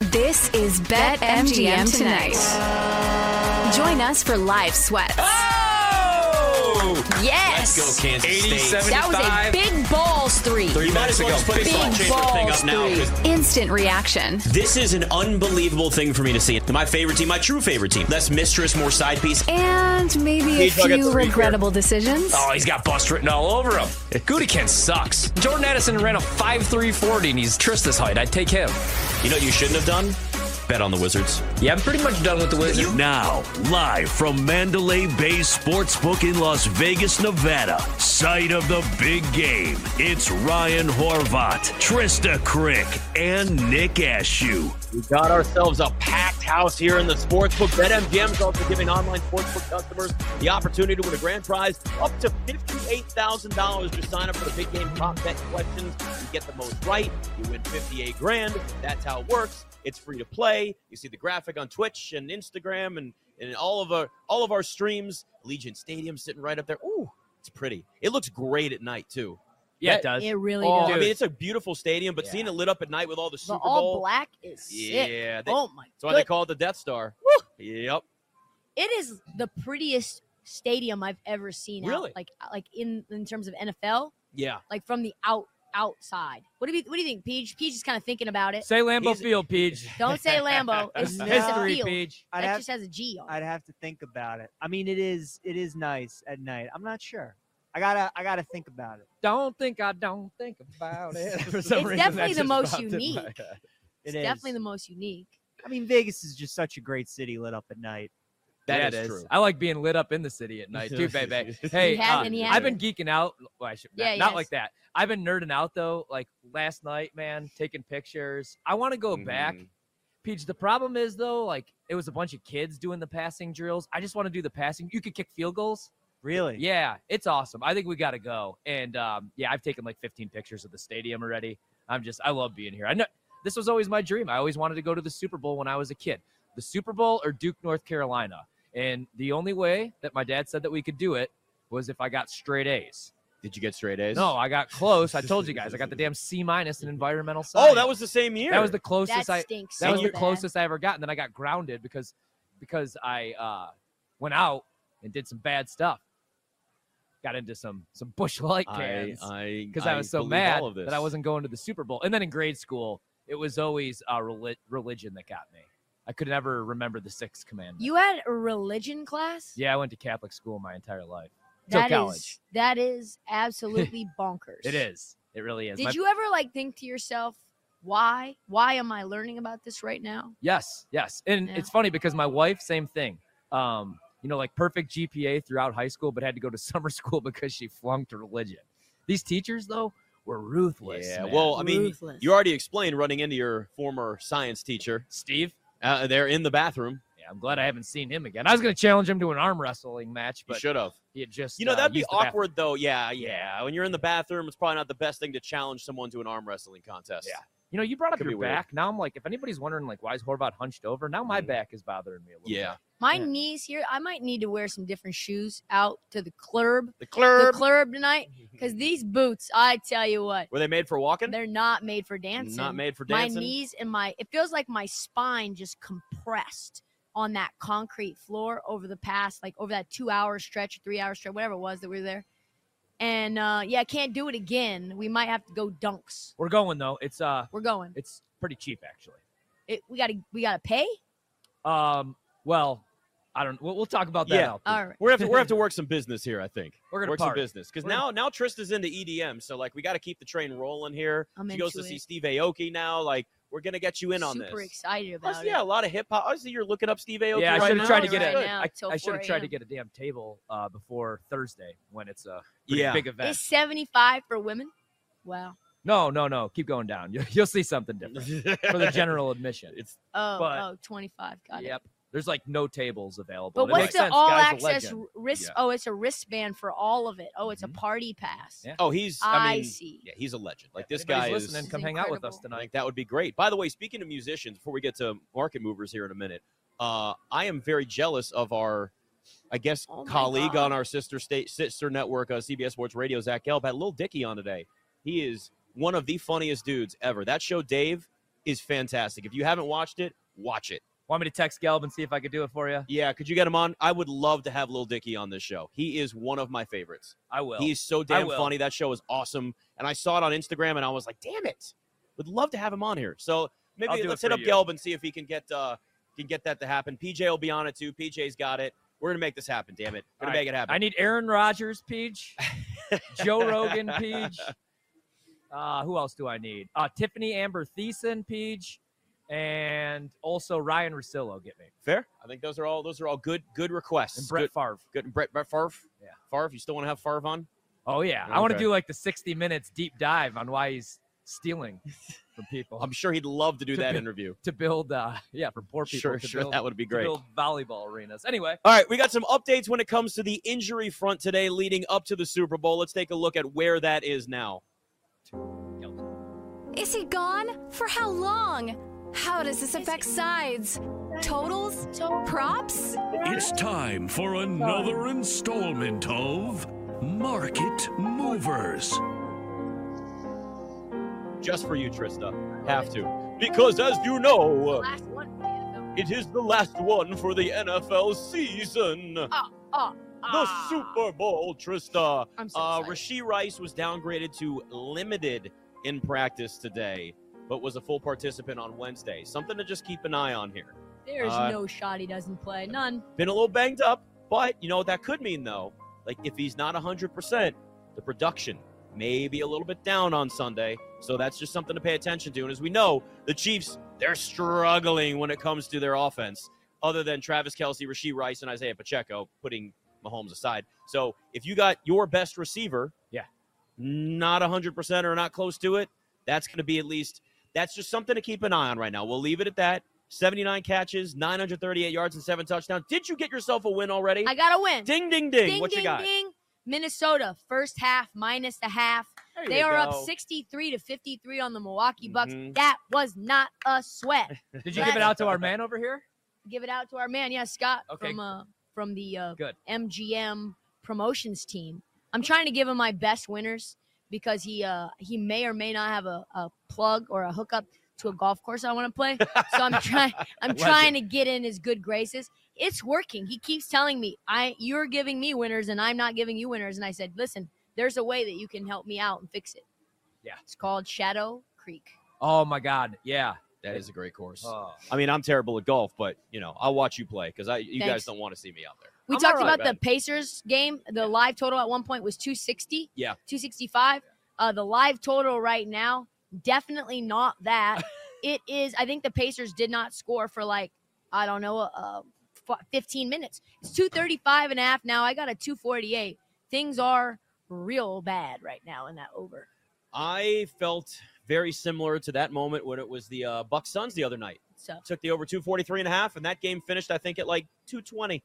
This is BetMGM Tonight. Join us for live sweats. Oh! Yes! Let's go, Kansas State. 87 That was a 75. big balls three. You might as well just put this Big slut chamber thing balls up now. 'cause three. Instant reaction. This is an unbelievable thing for me to see. My favorite team, my true favorite team. Less mistress, more side piece. And maybe a He's like a few three regrettable decisions. Oh, he's got bust written all over him. Gudikin sucks. Jordan Addison ran a 5.340 and he's Trista's height. I'd take him. You know what you shouldn't have done? Bet on the Wizards. Yeah, I'm pretty much done with the Wizards. Now, live from Mandalay Bay Sportsbook in Las Vegas, Nevada, site of the big game, it's Ryan Horvat, Trista Crick, and Nick Ashew. We got ourselves a packed house here in the sportsbook. BetMGM is also giving online sportsbook customers the opportunity to win a grand prize up to $58,000. Just sign up for the big game prop bet questions. You get the most right, you win 58 grand. That's how it works. It's free to play. You see the graphic on Twitch and Instagram and, and all of our all of our streams. Legion Stadium sitting right up there. Ooh, it's pretty. It looks great at night too. yeah, it Bet- does. It really Oh, I does. mean, it's a beautiful stadium, but seeing it lit up at night with all the the Super all Bowl. black is sick. Yeah, they- oh my that's why they god. call it the Death Star. Yep. it is the prettiest stadium I've ever seen. out, Really? like uh, like in in terms of NFL, Yeah. like from the out outside. What do you what do you think, Peach? Peach is kind of thinking about it. Say Lambeau He's- Field, Peach. Don't say Lambo. It's, it's It's a history, field. Peach. That I'd have, just has a G on it. I'd have to think about it. I mean, it is it is nice at night. I'm not sure. I gotta I gotta think about it. Don't think I don't think about it. For It's definitely the most unique. It It's is. definitely the most unique. I mean, Vegas is just such a great city lit up at night. Yeah, that it is is. true. I like being lit up in the city at night too, baby. Hey, He had- uh, and he had I've it. been geeking out. Well, I should, Yeah, not, not yes. like that. I've been nerding out though. Like last night, man, taking pictures. I want to go back, Mhm. Peach. The problem is though, like it was a bunch of kids doing the passing drills. I just want to do the passing. You could kick field goals. Really? Yeah, it's awesome. I think we got to go. And um, yeah, I've taken like 15 pictures of the stadium already. I'm just, I love being here. I know this was always my dream. I always wanted to go to the Super Bowl when I was a kid. The Super Bowl or Duke, North Carolina. And the only way that my dad said that we could do it was if I got straight A's. Did you get straight A's? No, I got close. I told you guys, I got the damn C minus in environmental science. Oh, that was the same year. that was the closest That I stinks. that so was the bad. closest I ever got. And then I got grounded because because I uh, went out and did some bad stuff. Got into some some bush light I, cans I because I, was so believe mad all of this. that I wasn't going to the Super Bowl. And then in grade school, it was always uh, reli- religion that got me. I could never remember the sixth commandment. You had a religion class? yeah, I went to Catholic school my entire life. Till That is college. that is absolutely bonkers. It is. It really is. Did My- you ever like think to yourself, why? Why am I learning about this right now? Yes, yes. And Yeah. it's funny because my wife, same thing. Um, you know, like perfect GPA throughout high school, but had to go to summer school because she flunked religion. These teachers, though, were ruthless. Yeah. man. Well, I mean, Ruthless. you already explained running into your former science teacher. Steve, Uh, they're in the bathroom. yeah, I'm glad I haven't seen him again. I was going to challenge him to an arm wrestling match, You but should have. he had just. You know uh, that'd be used the bathroom. awkward though. Yeah, yeah. When you're in the bathroom, it's probably not the best thing to challenge someone to an arm wrestling contest. Yeah. You know, you brought up Could be your weird. back. Now I'm like, if anybody's wondering, like, why is Horvat hunched over? Now my Mhm. back is bothering me a little. Yeah. My Yeah. knees here, I might need to wear some different shoes out to the club, The the club. Mm-hmm. club tonight, because these boots, I tell you what, Were they made for walking? they're not made for dancing. Not made for my dancing. knees and my it feels like my spine just compressed on that concrete floor over the past like over that two hour stretch three hour stretch whatever it was that we were there and uh yeah can't do it again we might have to go dunks We're going though. It's uh, we're going it's pretty cheap actually. it, we gotta we gotta pay Um, well, I don't. We'll, we'll talk about that. Yeah. out there. all right We're gonna have to, we're gonna have to work some business here, I think. We're gonna work party. some business because We're gonna- now now Trista's into EDM, so like we got to keep the train rolling here. I'm she goes into to see it. Steve Aoki now. Like we're gonna get you in on super this. excited about Plus, it yeah, a lot of hip hop. Obviously, you're looking up Steve Aoki. Yeah, right I should now. have tried to Right get a. now, I- till I should 4 have tried to a.m.. get a damn table uh, before Thursday when it's a pretty Yeah, big event. it's 75 for women wow No, no, no. Keep going down. You, you'll see something different for the general admission. it's oh But- oh 25 got it Yep. There's like no tables available. but and it what's makes the sense. all Guy's a access legend. r- wrist Yeah. oh it's a wristband for all of it oh it's Mhm. a party pass Yeah. oh, he's. Mm-hmm. I, I, mean, see yeah, he's a legend. Like this If anybody's guy is. listening. This Come is hang out with us incredible. I think tonight. that would be great. By the way, speaking of musicians, before we get to market movers here in a minute, uh, I am very jealous of our, I guess, Oh my colleague God. on our sister state sister network, uh, CBS Sports Radio, Zach Gelb, had Lil Dicky on today. He is one of the funniest dudes ever. That show, Dave, is fantastic. If you haven't watched it, watch it. Want me to text Gelb and see if I could do it for you? Yeah, could you get him on? I would love to have Lil Dicky on this show. He is one of my favorites. I will. He is so damn will. funny. That show is awesome. And I saw it on Instagram and I was like, damn it. Would love to have him on here. So I'll maybe do it let's hit for up you. Gelb and see if he can get uh can get that to happen. PJ will be on it too. PJ's got it. We're gonna make this happen, damn it. We're gonna All right. make it happen. I need Aaron Rodgers, Peach. Joe Rogan, Peach. Uh, who else do I need? Uh, Tiffany Amber Thiessen, Peach. And also Ryan Rosillo, get me. Fair. I think those are all those are all good good requests. And Brett good, Favre. good Brett, Brett Favre. Yeah. Favre, you still want to have Favre on? Oh, yeah. I want to Okay. do like the 60 minutes deep dive on why he's stealing from people I'm sure he'd love to do To that be- interview. to build, uh, yeah, from poor people. Sure, to sure, build, that would be to great. build volleyball arenas. Anyway, All right, we got some updates when it comes to the injury front today leading up to the Super Bowl. Let's take a look at where that is now. Is he gone? For how long? How does this affect sides? Totals? Props? It's time for another installment of Market Movers. Just for you, Trista. Have to. Because as you know, Last one. for the NFL. it is the last one for the NFL season. The Ah, Super Bowl, Trista. I'm so Uh, excited. Rasheed Rice was downgraded to limited in practice today, but was a full participant on Wednesday. Something to just keep an eye on here. There's uh, no shot he doesn't play. None. Been a little banged up, but you know what that could mean though? Like if he's not 100%, the production may be a little bit down on Sunday. So that's just something to pay attention to. And as we know, the Chiefs, they're struggling when it comes to their offense, other than Travis Kelsey, Rasheed Rice, and Isaiah Pacheco, putting Mahomes aside. So if you got your best receiver, Yeah. not 100% or not close to it, that's going to be at least, that's just something to keep an eye on right now. We'll leave it at that. 79 catches, 938 yards, and seven touchdowns. Did you get yourself a win already? I got to win. ding, ding, ding. ding, what ding, you got? ding. Minnesota, first half, minus the half. There They you are up go. 63 to 53 on the Milwaukee Bucks. Mhm. That was not a sweat. did you give it out to our man over here? Give it out to our man, yeah, Scott Okay. from uh, from the uh, Good. MGM promotions team. I'm trying to give him my best winners because he uh, he may or may not have a, a plug or a hookup to a golf course I want to play. So I'm trying I'm trying to get in his good graces. It's working. He keeps telling me, "I you're giving me winners and I'm not giving you winners." And I said, "Listen, there's a way that you can help me out and fix it." Yeah. It's called Shadow Creek. Oh, my God. Yeah. That is a great course. Oh. I mean, I'm terrible at golf, but you know, I'll watch you play because I you guys Thanks. don't want to see me out there. We I'm talked all right, about the Pacers game. The live total at one point was 260. Yeah. 265. Uh, the live total right now, definitely not that. it is, I think the Pacers did not score for like, I don't know, uh, f- 15 minutes. It's 235 and a half now. I got a 248. Things are real bad right now in that over. I felt very similar to that moment when it was the uh, Bucks Suns the other night. So Took the over 243 and a half, and that game finished, I think, at like 220.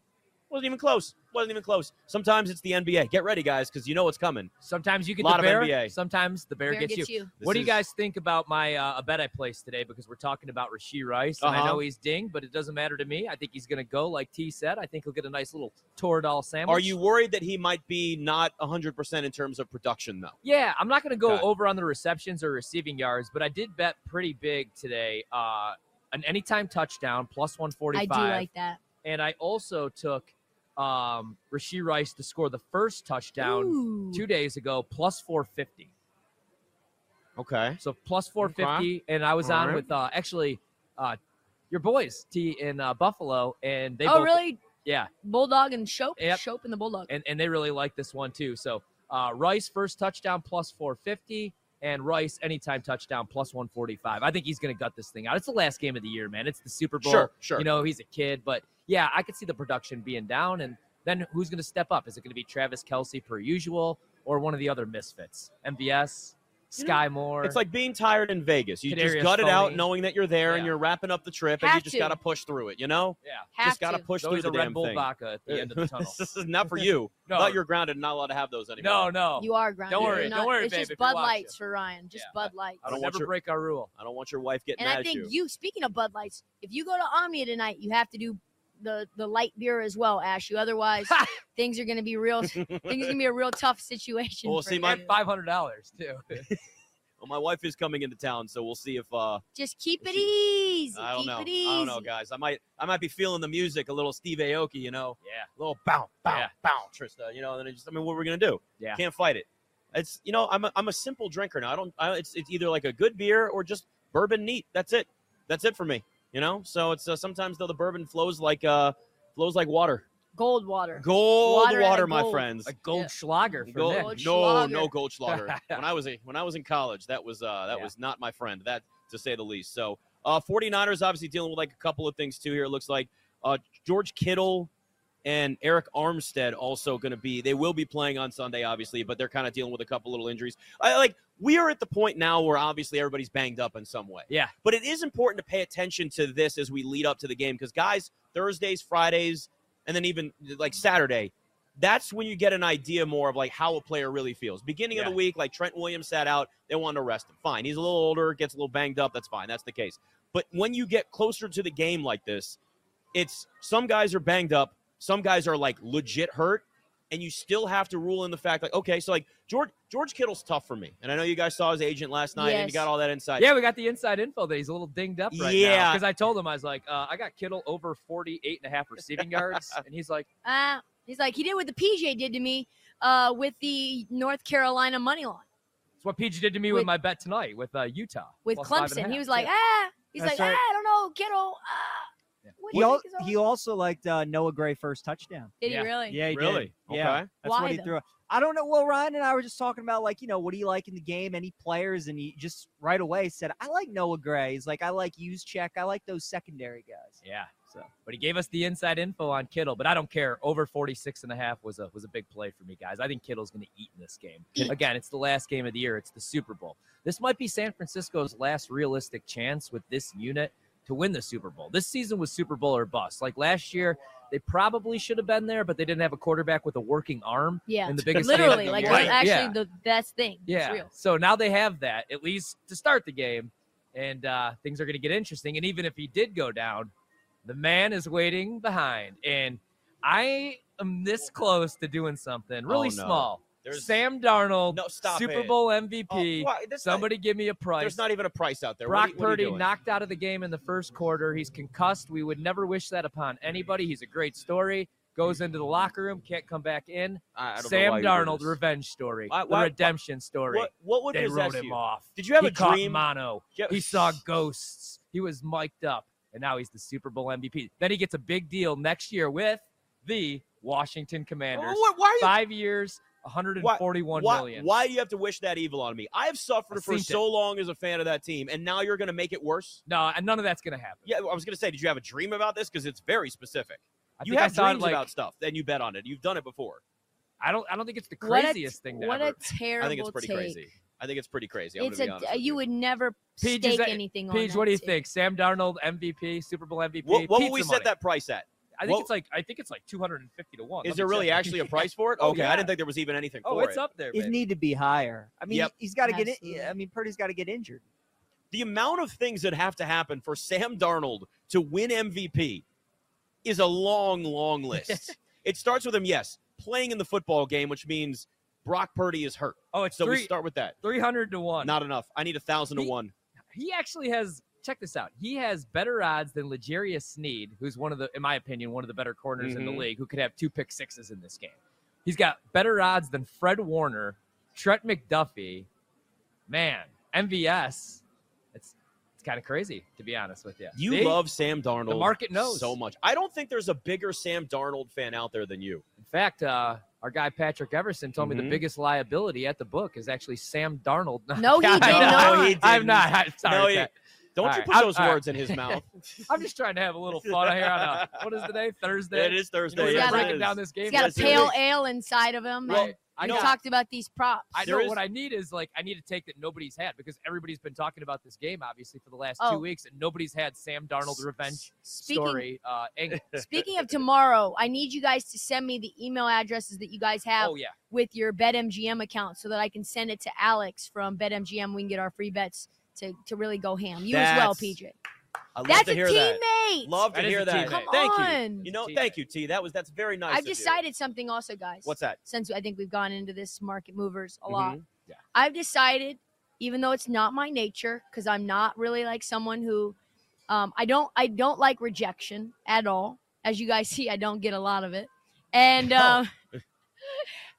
Wasn't even close. Wasn't even close. Sometimes it's the NBA. Get ready, guys, because you know what's coming. Sometimes you get Lot the of bear. NBA. Sometimes the bear, Bear gets, gets you. you. what do This you is- guys think about my uh, a bet I placed today? Because we're talking about Rasheed Rice, and I Uh-huh. know he's dinged, but it doesn't matter to me. I think he's going to go, like T said. I think he'll get a nice little Toradol sandwich. Are you worried that he might be not 100% in terms of production, though? Yeah, I'm not going to go Got it. over on the receptions or receiving yards, but I did bet pretty big today. Uh, an anytime touchdown plus I 145. do like that. and I also took um, Rasheed Rice to score the first touchdown Ooh. two days ago plus 450. Okay. So plus 450, and I was on Alright. with uh, actually uh, your boys T in uh, Buffalo, and they oh, both, really? yeah, Bulldog and Shope? Yep. Shope and the Bulldog. and and they really like this one too. So uh, Rice first touchdown plus 450, and Rice anytime touchdown plus 145. I think he's gonna gut this thing out. It's the last game of the year, man. It's the Super Bowl. Sure, sure. You know he's a kid, but yeah, I could see the production being down, and then who's gonna step up? Is it gonna be Travis Kelsey per usual, or one of the other misfits? MVS, You know, Sky Moore. It's like being tired in Vegas. You just Kadarius gut it out Toney. knowing that you're there and Yeah. you're wrapping up the trip and Have you just to. got to push through it, you know? yeah. Have just got to to. push through There's always the a damn Red Bull thing. vodka at the end of the tunnel. this is not for you. No, Thought you're grounded and not allowed to have those anymore. no, no. You are grinding. worry, You're Oh, don't worry, It's babe, if just you're Bud watching. Lights for Ryan. Just Yeah. Bud Lights. I don't don't want never your- break our rule. I don't want your wife getting and mad I think at you. you. Speaking of Bud Lights, if you go to Omnia tonight, you have to do the the light beer as well, Ash. You otherwise things are going to be real. things are going to be a real tough situation. Well, for see, you. my- And five hundred dollars too. But my wife is coming into town, so we'll see if uh, Just keep If it you- easy. I don't keep know. I it easy. don't know, guys. I might I might be feeling the music a little Steve Aoki, you know, Yeah. a little bounce, bounce, Yeah. bounce, Trista. You know, and then it just I mean, what are we gonna do? Yeah. can't fight it. It's you know, I'm a, I'm a simple drinker now. I don't. I, it's it's either like a good beer or just bourbon neat. That's it. That's it for me. You know. So it's uh, sometimes though the bourbon flows like uh flows like water. Gold water. Gold Water water, and my gold. friends. A gold Yeah. schlager for Gold- Nick. Gold no, Schlager. no Goldschlager. when I was a, when I was in college, that was uh, that Yeah. was not my friend. That to say the least. So, uh, 49ers obviously dealing with like a couple of things too here. It looks like uh, George Kittle and Eric Armstead also going to be. They will be playing on Sunday, obviously, but they're kind of dealing with a couple little injuries. I, like we are at the point now where obviously everybody's banged up in some way. Yeah. But it is important to pay attention to this as we lead up to the game because guys, Thursdays, Fridays, and then even like Saturday, that's when you get an idea more of like how a player really feels. Beginning of the week, like Trent Williams sat out, they wanted to rest him. Fine. He's a little older, gets a little banged up. That's fine. That's the case. But when you get closer to the game like this, it's some guys are banged up, some guys are like legit hurt, and you still have to rule in the fact like, okay, so like George George Kittle's tough for me. And I know you guys saw his agent last night and you Yes. got all that inside. Yeah, we got the inside info that he's a little dinged up right now. Yeah. Because I told him, I was like, uh, I got Kittle over 48 and a half receiving yards. And he's like, Uh, he's like, he did what the PJ did to me uh, with the North Carolina money line it's what PG did to me with, With- my bet tonight with uh, Utah. with plus five and a Clemson. He half. was like, Yeah. ah. He's That's like, right. ah, I don't know, kiddo. Ah. Yeah. What do He, you al- think is all- he also liked uh, Noah Gray first touchdown. did Yeah. he really? Yeah, he Really? Did. Yeah, Okay. that's Why, what he though? threw. I don't know. Well, Ryan and I were just talking about like you know what do you like in the game, any players, and he just right away said I like Noah Gray. He's like I like check. I like those secondary guys. Yeah. So, but he gave us the inside info on Kittle, but I don't care. Over 46 and a half was a was a big play for me, guys. I think Kittle's going to eat in this game. Again, it's the last game of the year. It's the Super Bowl. This might be San Francisco's last realistic chance with this unit to win the Super Bowl. This season was Super Bowl or bust. Like last year, they probably should have been there, but they didn't have a quarterback with a working arm. Yeah. And the biggest fan- Literally, like Right. that's actually Yeah. the best thing. yeah. It's real. So now they have that at least to start the game, and uh, things are going to get interesting. And even if he did go down, the man is waiting behind, and I am this close to doing something really Oh, no. small. There's- Sam Darnold, No, stop Super it. Bowl Oh, MVP. why- that's not- Somebody give me a price. there's not even a price out there. Brock What are you- what are you Purdy doing? knocked out of the game in the first quarter. He's concussed. We would never wish that upon anybody. He's a great story. Goes into the locker room, can't come back in. I- I don't know Sam why you do Darnold this. revenge story, Why- the why- redemption story. What, what would they possess wrote him you? off. Did you have he a caught dream? mono. Yeah. He saw ghosts. He was mic'd up, and now he's the Super Bowl MVP. Then he gets a big deal next year with the Washington Commanders. Why- why are you Five years, 141 why, million. Why do you have to wish that evil on me? I've suffered I've for seen so long as a fan of that team, and now you're going to make it worse. No, and none of that's gonna happen. Yeah, I was going to say, did you have a dream about this? Because it's very specific. I you think have I saw it, dreams like, about stuff, then you bet on it. You've done it before. I don't. I don't think it's the What a- craziest thing to What ever. a terrible I think it's pretty take. crazy. I think it's pretty crazy. I'm It's gonna a be honest uh, with you would never Paige, is stake that- anything on Paige, that what do you too. think? Sam Darnold MVP, Super Bowl MVP. What, what would pizza we money. set that price at? I think what- it's like. I think it's like 250 to one. Is Let there me really check. actually a price for it? Oh, Okay, yeah. I didn't think there was even anything Oh, for it's it. up there. His baby. need to be higher. I mean, Yep. he's got to get Absolutely. it. I mean, Purdy's got to get injured. The amount of things that have to happen for Sam Darnold to win MVP is a long, long list. it starts with him, yes, playing in the football game, which means Brock Purdy is hurt. Oh, it's So we three, start with that. 300 to one. Not enough. I need a thousand to He- one. he actually has check this out. He has better odds than Legarius Sneed, who's one of the, in my opinion, one of the better corners in Mhm. the league, who could have two pick sixes in this game. He's got better odds than Fred Warner, Trent McDuffie, man, MVS. It's it's kind of crazy to be honest with you. You See? love Sam Darnold. market knows. so much. I don't think there's a bigger Sam Darnold fan out there than you. In fact, uh, our guy Patrick Everson told me the Mhm. biggest liability at the book is actually Sam Darnold. No, he I did know. not. he I'm didn't. not. I'm sorry. No, he- Pat. Don't All you right, put I'm- those all right. words in his mouth. I'm just trying to have a little fun here on a what is today Thursday. it is You know, Thursday. we're yes, gotta it breaking is. down this game. He's got a Yes, it pale is. ale inside of him. Well, and I we know. talked about these props. I know There is- what I need is like I need a take that nobody's had because everybody's been talking about this game obviously for the last two Oh. weeks and nobody's had Sam Darnold revenge Speaking story. Uh, angle. speaking of tomorrow, I need you guys to send me the email addresses that you guys have oh yeah, with your BetMGM account so that I can send it to Alex from BetMGM. We can get our free bets to, to really go ham. You as well, That's- PJ. I love That's to a hear teammate. that. Love to That is hear a that. teammate. Thank Come you. on. You know, Teammate. thank you, T. That was that's very nice. I've of you. decided something also, guys. What's that? Since I think we've gone into this market movers a lot. Mhm. Yeah. I've decided even though it's not my nature, because I'm not really like someone who um, I don't I don't like rejection at all. As you guys see, I don't get a lot of it, and um,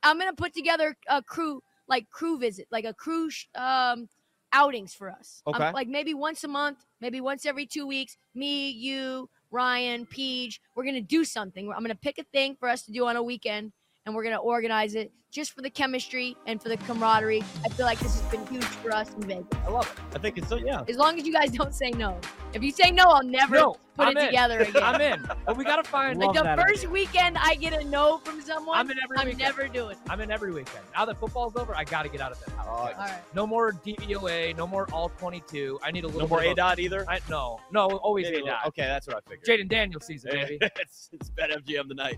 I'm gonna put together a crew like crew visit, like a crew sh- um, outings for us. Um, Okay. like maybe once a month, maybe once every two weeks. Me, you, Ryan, Peach. We're gonna do something. I'm gonna pick a thing for us to do on a weekend, and we're gonna organize it just for the chemistry and for the camaraderie. I feel like this has been huge for us in Vegas. I love it. I think it's so. Yeah. As long as you guys don't say no. If you say no, I'll never No, put I'm it in. together again. I'm in, but we gotta find. Love like the that first weekend I get a no from someone, I'm I'm, in every weekend. never doing it. I'm in every weekend. Now that football's over, I gotta get out of that house. All right. no more DVOA. No more all 22. I need a little. No more bit A of dot either. I, no, no, always Maybe a A little- dot. Okay, that's what I figured. Jaden Daniels season, baby. it's, it's BetMGM tonight.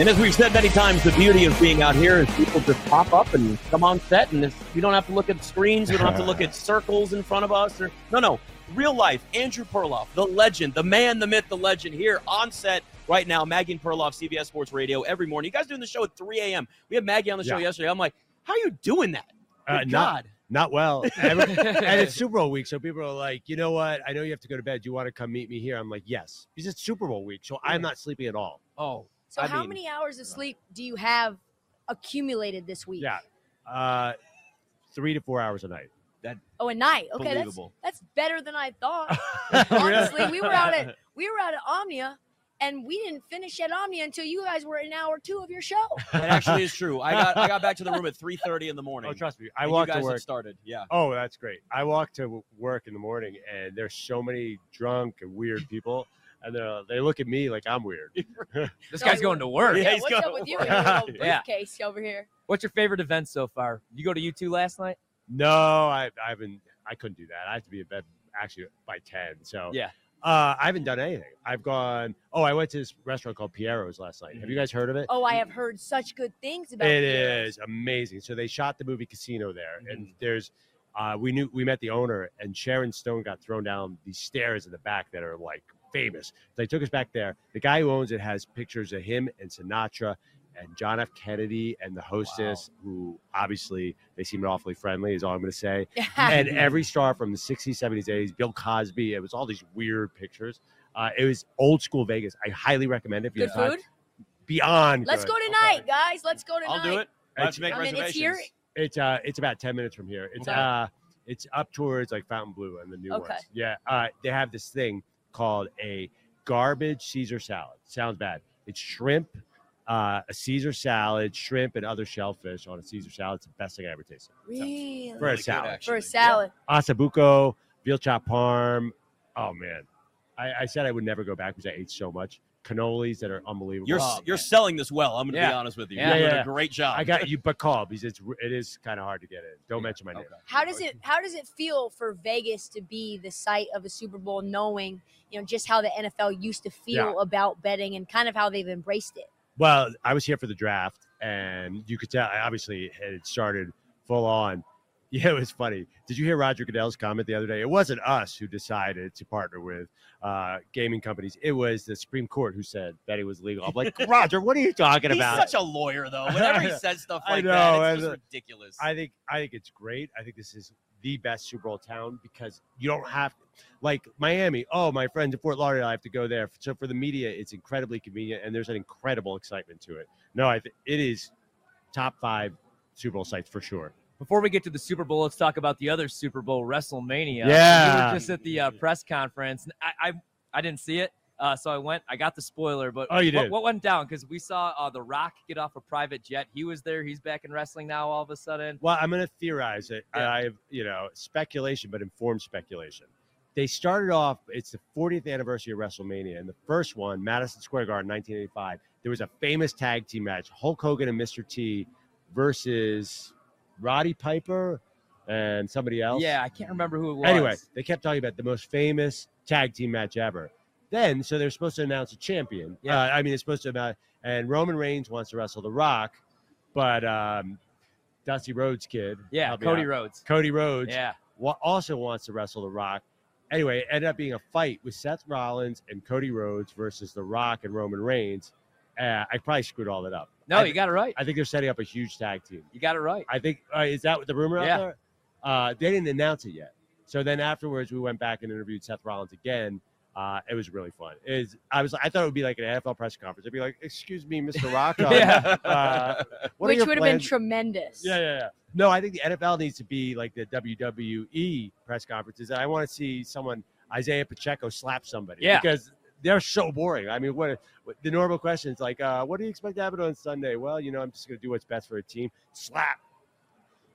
And as we've said many times, the beauty of being out here is people just pop up and come on set, and this, you don't have to look at screens, you don't have to look at circles in front of us. Or, no, no, real life. Andrew Perloff, the legend, the man, the myth, the legend, here on set right now. Maggie and Perloff, CBS Sports Radio, every morning. You guys doing the show at 3 a.m. We had Maggie on the show yesterday. I'm like, how are you doing that? Uh, Good not, God. not well. Every- and it's Super Bowl week, so people are like, you know what? I know you have to go to bed. Do you want to come meet me here? I'm like, yes, because it's Super Bowl week, so I'm not sleeping at all. Oh, So I how mean- many hours of sleep do you have accumulated this week? Yeah, uh, three to four hours a night. Oh, a night. Okay, that's Believable. that's better than I thought. Oh, Honestly, we were out at we were out at Omnia, and we didn't finish at Omnia until you guys were in hour two of your show. That actually is true. I got, I got back to the room at 3.30 in the morning. Oh, trust me, I And walk you guys to had work. started, yeah. Oh, that's great. I walk to w- work in the morning, and there's so many drunk and weird people, and they're, they look at me like I'm weird. No, this guy's you- going to work. Yeah, he's what's got- up with you? and your little Yeah. briefcase over here. What's your favorite event so far? You go to U2 last night? No, I, I haven't. I couldn't do that. I have to be in bed actually by ten. So Yeah. uh, I haven't done anything. I've gone. Oh, I went to this restaurant called Piero's last night. Mm-hmm. Have you guys heard of it? Oh, I have heard such good things about It Heroes. is amazing. So they shot the movie Casino there, Mm-hmm. and there's, uh, we knew we met the owner, and Sharon Stone got thrown down these stairs in the back that are like famous. They took us back there. The guy who owns it has pictures of him and Sinatra, and John F. Kennedy, and the hostess, who obviously they seemed awfully friendly. Is all I'm going to say. and every star from the 60s, 70s, 80s, Bill Cosby. It was all these weird pictures. Uh, it was old school Vegas. I highly recommend it. if you good have time. food. Beyond. Let's good. go tonight, guys. Let's go tonight. I'll do it. I have to make I mean, Um, it's here. reservations. It's uh, it's about ten minutes from here. It's Okay. uh, it's up towards like Fountain Blue and the new Okay. ones. Yeah, uh, they have this thing called a garbage Caesar salad. Sounds bad. It's shrimp, uh, a Caesar salad, shrimp, and other shellfish on a Caesar salad. It's the best thing I ever tasted. Really? For a salad, For a salad. asabuco, veal chop parm. Oh man, I, I said I would never go back because I ate so much cannolis that are unbelievable. You're Oh, you're selling this well. I'm going to Yeah. be honest with you. Yeah. You're doing Yeah. a great job. I got you, but call because it's it is kind of hard to get in. Don't mention my name. How does it how does it feel for Vegas to be the site of a Super Bowl knowing, you know, just how the NFL used to feel about betting and kind of how they've embraced it? Well, I was here for the draft, and you could tell. I obviously had it started full on. Yeah, it was funny. Did you hear Roger Goodell's comment the other day? It wasn't us who decided to partner with uh, gaming companies. It was the Supreme Court who said that it was legal. I'm like, Roger, what are you talking He's about? such a lawyer, though. Whenever he says stuff I like know, that, it's and, just uh, ridiculous. I think I think it's great. I think this is the best Super Bowl town because you don't have like Miami. Oh, my friends in Fort Lauderdale, I have to go there. So for the media, it's incredibly convenient, and there's an incredible excitement to it. No, I th- it is top five Super Bowl sites for sure. Before we get to the Super Bowl, let's talk about the other Super Bowl, WrestleMania. Yeah. We were just at the uh, press conference. and I, I I didn't see it, uh, so I went. I got the spoiler, but Oh, you what, did. what went down? Because we saw uh, The Rock get off a private jet. He was there. He's back in wrestling now. All of a sudden, Well, I'm going to theorize it. Yeah. I have, you know, speculation, but informed speculation. They started off, it's the 40th anniversary of WrestleMania. And the first one, Madison Square Garden, 1985, there was a famous tag team match Hulk Hogan and Mr. T versus Roddy Piper and somebody else. yeah, I can't remember who it was. Anyway, they kept talking about the most famous tag team match ever. Then, so they're supposed to announce a champion. Yeah. Uh, I mean, it's supposed to announce, and Roman Reigns wants to wrestle The Rock, but um, Dusty Rhodes kid. yeah, help me Cody out. Rhodes. Cody Rhodes Yeah, wa- also wants to wrestle The Rock. Anyway, it ended up being a fight with Seth Rollins and Cody Rhodes versus The Rock and Roman Reigns. Uh, I probably screwed all that up. no, I, you got it right. I think they're setting up a huge tag team. You got it right. I think uh, is that what the rumor Yeah. out there? Uh, they didn't announce it yet. So then afterwards, we went back and interviewed Seth Rollins again. Uh, it was really fun. Is I was I thought it would be like an NFL press conference. I'd be like, "Excuse me, Mr. Rock, Yeah. uh, what are which your would have been plans?" tremendous. Yeah, yeah, yeah. No, I think the NFL needs to be like the WWE press conferences. I want to see someone Isaiah Pacheco slap somebody. Yeah. Because they're so boring. I mean, what, what the normal questions like, uh, what do you expect to happen on Sunday? Well, you know, I'm just going to do what's best for a team. Slap.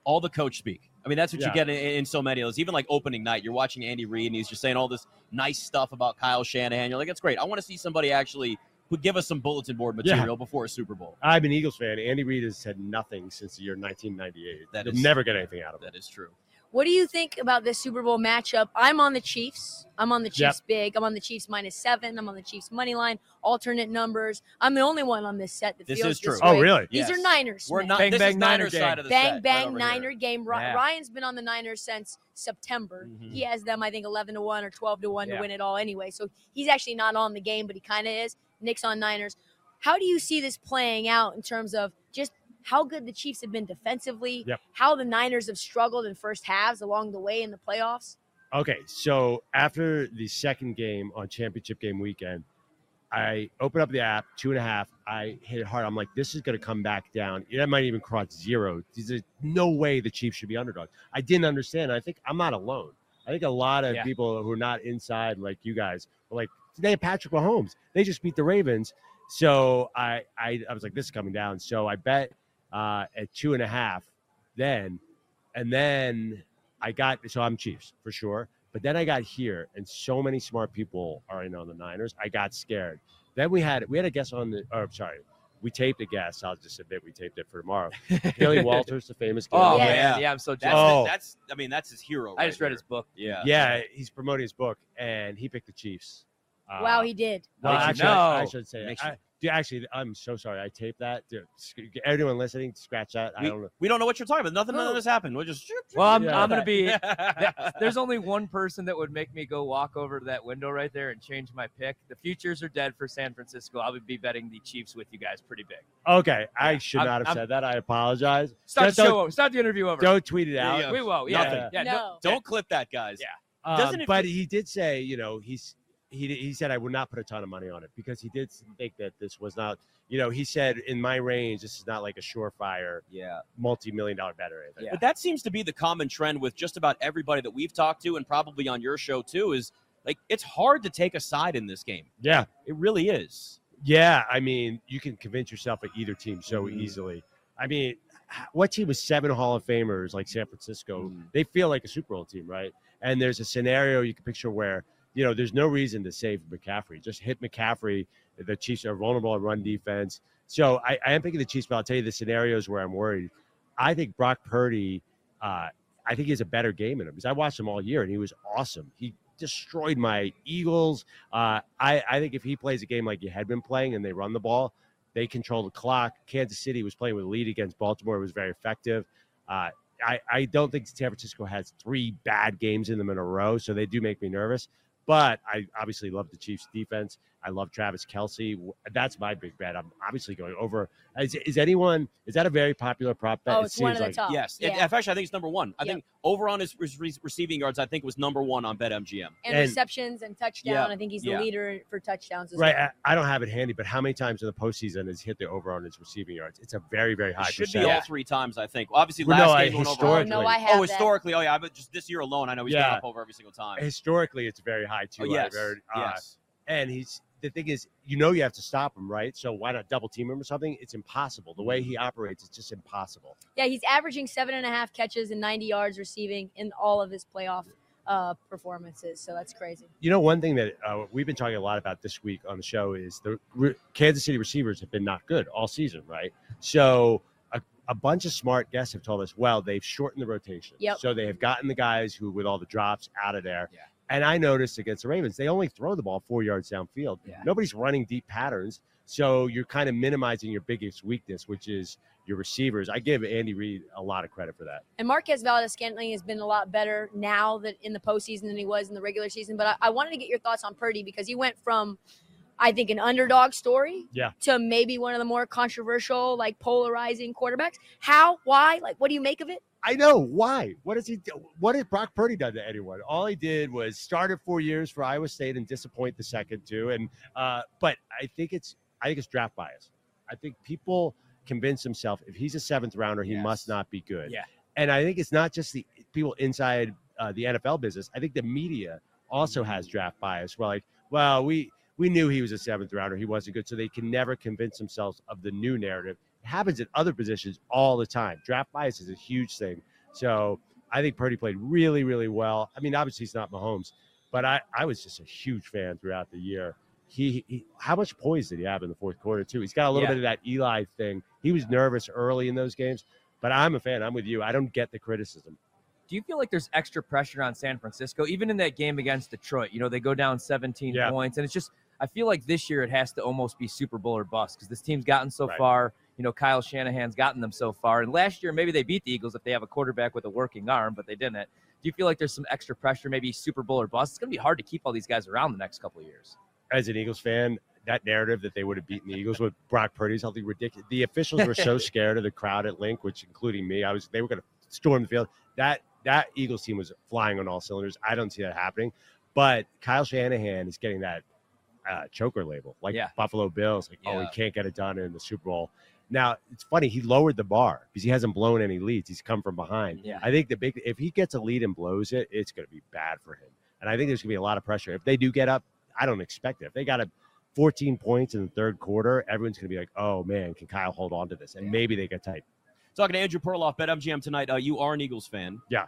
all the coach speak. I mean, that's what you Yeah. get in, in so many of those. Even like opening night, you're watching Andy Reid, and he's just saying all this nice stuff about Kyle Shanahan. You're like, that's great. I want to see somebody actually who give us some bulletin board Yeah. material before a Super Bowl. I'm an Eagles fan. Andy Reid has said nothing since the year 1998. That That is is- never get anything out of it. That is true. What do you think about this Super Bowl matchup? I'm on the Chiefs. I'm on the Chiefs big. I'm on the Chiefs minus seven. I'm on the Chiefs money line. Alternate numbers. I'm the only one on this set that This feels is true. This Oh, way. really? These Yes. are Niners. We're man. not. Bang, this bang, is Niner Niners game. side of the Bang set, bang right over Niner here. game. Ry- Yeah. Ryan's been on the Niners since September. Mhm. He has them, I think, eleven to one or twelve to one Yeah. to win it all anyway. So he's actually not on the game, but he kind of is. Nick's on Niners. How do you see this playing out in terms of just how good the Chiefs have been defensively? Yep. How the Niners have struggled in first halves along the way in the playoffs? Okay, so after the second game on championship game weekend, I open up the app, two and a half. I hit it hard. I'm like, this is going to come back down. That might even cross zero. There's no way the Chiefs should be underdogs. I didn't understand. I think I'm not alone. I think a lot of Yeah. people who are not inside, like you guys, were like, they have Patrick Mahomes. They just beat the Ravens. So I, I, I was like, this is coming down. So I bet uh, at two and a half then. And then I got, so I'm Chiefs for sure. But then I got here, and so many smart people are in on the Niners. I got scared. Then we had we had a guest on the. Or, I'm sorry, we taped a guest. I'll just admit we taped it for tomorrow. Billy Walters, the famous. Oh guest. Yes. man, yeah, I'm so That's, jealous. Oh. that's. I mean, that's his hero. I just right read his book. here. Yeah. yeah, he's promoting his book, and he picked the Chiefs. Uh, wow, he did. well, Makes you actually, I, I know. should say. Makes I, you- dude, actually, I'm so sorry. I taped that. Dude, sc- everyone listening, scratch that. I don't know. We don't know what you're talking about. Nothing No. none of this happened. We're just. Well, I'm, Yeah. I'm gonna be. that- There's there's only one person that would make me go walk over to that window right there and change my pick. The futures are dead for San Francisco. I would be betting the Chiefs with you guys pretty big. Okay, I should I'm- not have I'm- said that. I apologize. Stop Just the show don't, over. Stop the interview over. don't tweet it Yeah, out. yeah. we won't. Nothing. Yeah. yeah, no. no. Don't clip that, guys. Yeah. Um, Doesn't it but feel- he did say, you know, he's he he said I would not put a ton of money on it because he did think that this was not, you know, he said in my range this is not like a surefire Yeah. multi-million dollar bet or anything. Yeah. But that seems to be the common trend with just about everybody that we've talked to, and probably on your show too, is like it's hard to take a side in this game. Yeah, It really is. yeah. I mean, you can convince yourself of either team so Mhm. easily. I mean, h- what team with seven Hall of Famers like San Francisco? Mm. They feel like a Super Bowl team, right? And there's a scenario you can picture where you know there's no reason to save McCaffrey. Just hit McCaffrey. The Chiefs are vulnerable at run defense. So I, I am picking the Chiefs, but I'll tell you the scenarios where I'm worried. I think Brock Purdy, uh, I think he has a better game in him because I watched him all year and he was awesome. He destroyed my Eagles. Uh, I, I think if he plays a game like he had been playing and they run the ball, they control the clock. Kansas City was playing with a lead against Baltimore, it was very effective. Uh, I, I don't think San Francisco has three bad games in them in a row, so they do make me nervous. But I obviously love the Chiefs' defense. I love Travis Kelsey. That's my big bet. I'm obviously going over. Is, is anyone? Is that a very popular prop bet? Oh, It it's one of the seems top. Yes. Yeah. And, and actually, I think it's number one. I Yep. think over on his re- receiving yards, I think was number one on BetMGM. and, And- receptions and touchdown. I think he's the yeah. leader for touchdowns. As Right. Well. I, I don't have it handy, but how many times in the postseason has he hit the over on his receiving yards? It's a very, very high It should be percentage. all three times, I think. Obviously, Well, last no, I- game he went over. historically. Oh, no, I have Oh, that. historically, oh yeah, but just this year alone, I know he's Yeah. gone up over every single time. Historically, it's very high too. Oh, I've yes, heard. Uh, yes. And he's the thing is, you know, you have to stop him, right? So why not double team him or something? It's impossible. The way he operates, it's just impossible. Yeah, he's averaging seven and a half catches and 90 yards receiving in all of his playoff uh, performances. So that's crazy. You know, one thing that uh, we've been talking a lot about this week on the show is the re- Kansas City receivers have been not good all season, right? So a, a bunch of smart guests have told us, well, they've shortened the rotation. Yep. So they have gotten the guys who, with all the drops, out of there. Yeah. And I noticed against the Ravens, they only throw the ball four yards downfield. Yeah. Nobody's running deep patterns. So you're kind of minimizing your biggest weakness, which is your receivers. I give Andy Reid a lot of credit for that. And Marquez Valdez Scantling has been a lot better now that in the postseason than he was in the regular season. But I, I wanted to get your thoughts on Purdy because he went from, I think, an underdog story Yeah. to maybe one of the more controversial, like polarizing quarterbacks. How? Why? Like, what do you make of it? I know why. What does he? do- What has Brock Purdy done to anyone? All he did was start at four years for Iowa State and disappoint the second two. And uh, but I think it's I think it's draft bias. I think people convince himself if he's a seventh rounder, he must not be good. Yeah. And I think it's not just the people inside uh, the NFL business. I think the media also has draft bias. Where like, well, we we knew he was a seventh rounder. He wasn't good, so they can never convince themselves of the new narrative. It happens at other positions all the time. Draft bias is a huge thing. So I think Purdy played really, really well. I mean, obviously he's not Mahomes, but I, I was just a huge fan throughout the year. He, he how much poise did he have in the fourth quarter too? He's got a little Yeah. bit of that Eli thing. He was nervous early in those games, but I'm a fan. I'm with you. I don't get the criticism. Do you feel like there's extra pressure on San Francisco, even in that game against Detroit? You know, they go down 17 Yeah. points, and it's just I feel like this year it has to almost be Super Bowl or bust because this team's gotten so Right. far. You know, Kyle Shanahan's gotten them so far, and last year maybe they beat the Eagles if they have a quarterback with a working arm, but they didn't. Do you feel like there's some extra pressure, maybe Super Bowl or bust? It's going to be hard to keep all these guys around the next couple of years. As an Eagles fan, that narrative that they would have beaten the Eagles with Brock Purdy's healthy ridiculous. The officials were so scared of the crowd at Link, which including me, I was they were going to storm the field. That that Eagles team was flying on all cylinders. I don't see that happening. But Kyle Shanahan is getting that uh, choker label, like Yeah. Buffalo Bills. Like, oh, he Yeah. can't get it done in the Super Bowl. Now it's funny he lowered the bar because he hasn't blown any leads. He's come from behind. Yeah. I think the big if he gets a lead and blows it, it's going to be bad for him. And I think there's going to be a lot of pressure if they do get up. I don't expect it. If they got a 14 points in the third quarter, everyone's going to be like, "Oh man, can Kyle hold on to this?" And maybe they get tight. Talking to Andrew Perloff, BetMGM tonight. Uh, you are an Eagles fan. Yeah.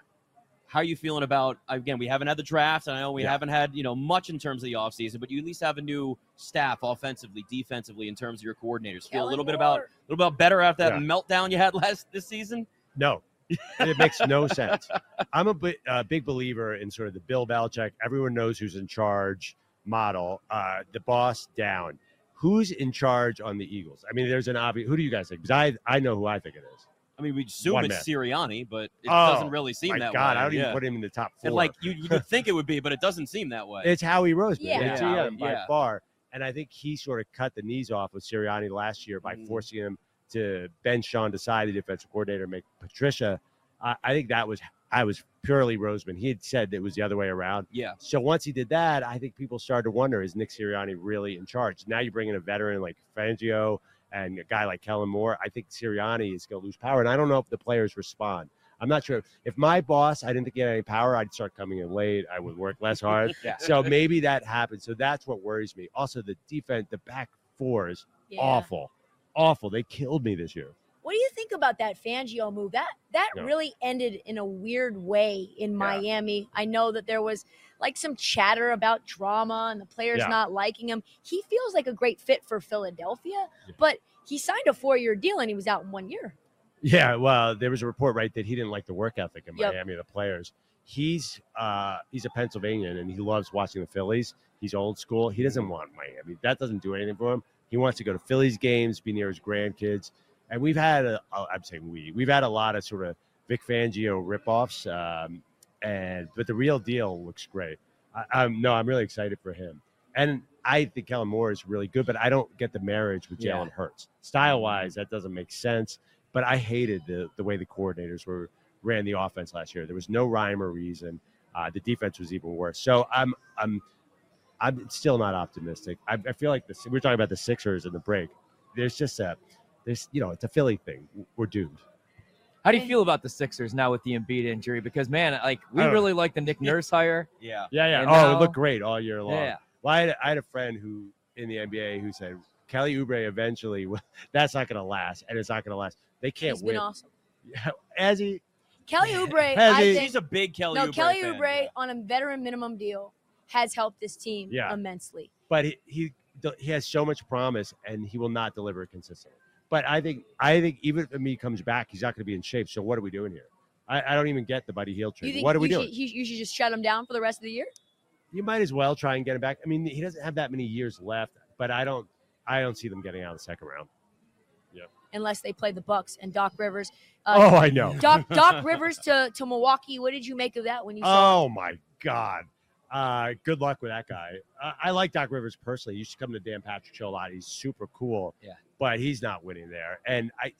How are you feeling about again? We haven't had the draft, and I know we Yeah. haven't had you know much in terms of the offseason, but you at least have a new staff offensively, defensively, in terms of your coordinators. Feel a little bit about a little bit better after that Yeah. meltdown you had last this season. No, it makes no sense. I'm a bi- uh, big believer in sort of the Bill Belichick. Everyone knows who's in charge model. Uh, the boss down. Who's in charge on the Eagles? I mean, there's an obvious. Who do you guys think? Because I I know who I think it is. I mean, we assume One it's Sirianni, but it Oh, doesn't really seem My that God, way. I don't even Yeah. put him in the top four. and like you, you would think it would be, but it doesn't seem that way. It's Howie Roseman, Yeah. the Yeah, GM by yeah. far. And I think he sort of cut the knees off with Sirianni last year by Mm. forcing him to bench Sean Desai, the defensive coordinator, and make Patricia. I, I think that was I was purely Roseman. He had said it was the other way around. yeah. So once he did that, I think people started to wonder: Is Nick Sirianni really in charge? Now you bring in a veteran like Fangio and a guy like Kellen Moore. I think Sirianni is going to lose power, and I don't know if the players respond. I'm not sure. If my boss, I didn't think he had any power, I'd start coming in late. I would work less hard. Yeah. So maybe that happened. So that's what worries me. Also, the defense, the back four is Yeah. awful, awful. They killed me this year. What do you think about that Fangio move? That that Yeah. really ended in a weird way in Miami. I know that there was like some chatter about drama and the players Yeah. not liking him. He feels like a great fit for Philadelphia, Yeah. but he signed a four-year deal and he was out in one year. Yeah, well, there was a report right that he didn't like the work ethic in Yep. Miami. The players. He's uh, he's a Pennsylvanian and he loves watching the Phillies. He's old school. He doesn't want Miami. That doesn't do anything for him. He wants to go to Phillies games, be near his grandkids. And we've had a, oh, I'm saying we we've had a lot of sort of Vic Fangio ripoffs. Um, and but the real deal looks great. I, I'm no, I'm really excited for him. And I think Kellen Moore is really good, but I don't get the marriage with Yeah. Jalen Hurts. Style wise, that doesn't make sense. But I hated the the way the coordinators were ran the offense last year. There was no rhyme or reason. Uh, the defense was even worse. So I'm I'm I'm still not optimistic. I, I feel like this. We're talking about the Sixers in the break. There's just a there's you know it's a Philly thing. We're doomed. How do you Yeah. feel about the Sixers now with the Embiid injury? Because man, like we I don't- really like the Nick Nurse hire. Yeah. Yeah, yeah. And oh, now- it looked great all year long. Yeah. Well, I had, I had a friend who in the NBA who said Kelly Oubre eventually. That's not going to last, and it's not going to last. They can't He's win. been awesome. As he, Kelly Oubre, Has I he- think, He's a big Kelly. no Oubre Kelly fan. Oubre on a veteran minimum deal has helped this team Yeah. immensely. but he, he he has so much promise, and he will not deliver it consistently. But I think I think even if he comes back, he's not going to be in shape. So what are we doing here? I, I don't even get the Buddy Heel You trade. think What are we you doing? should, he- you should just shut him down for the rest of the year? you might as well try and get him back. I mean, he doesn't have that many years left, but I don't I don't see them getting out of the second round. unless they play the Bucks and Doc Rivers. Uh, oh, I know. Doc Doc Rivers to, to Milwaukee. What did you make of that when you saw? Oh my God. Uh, good luck with that guy. Uh, I like Doc Rivers personally. You should come to Dan Patrick Show a lot. He's super cool. Yeah. But he's not winning there. And I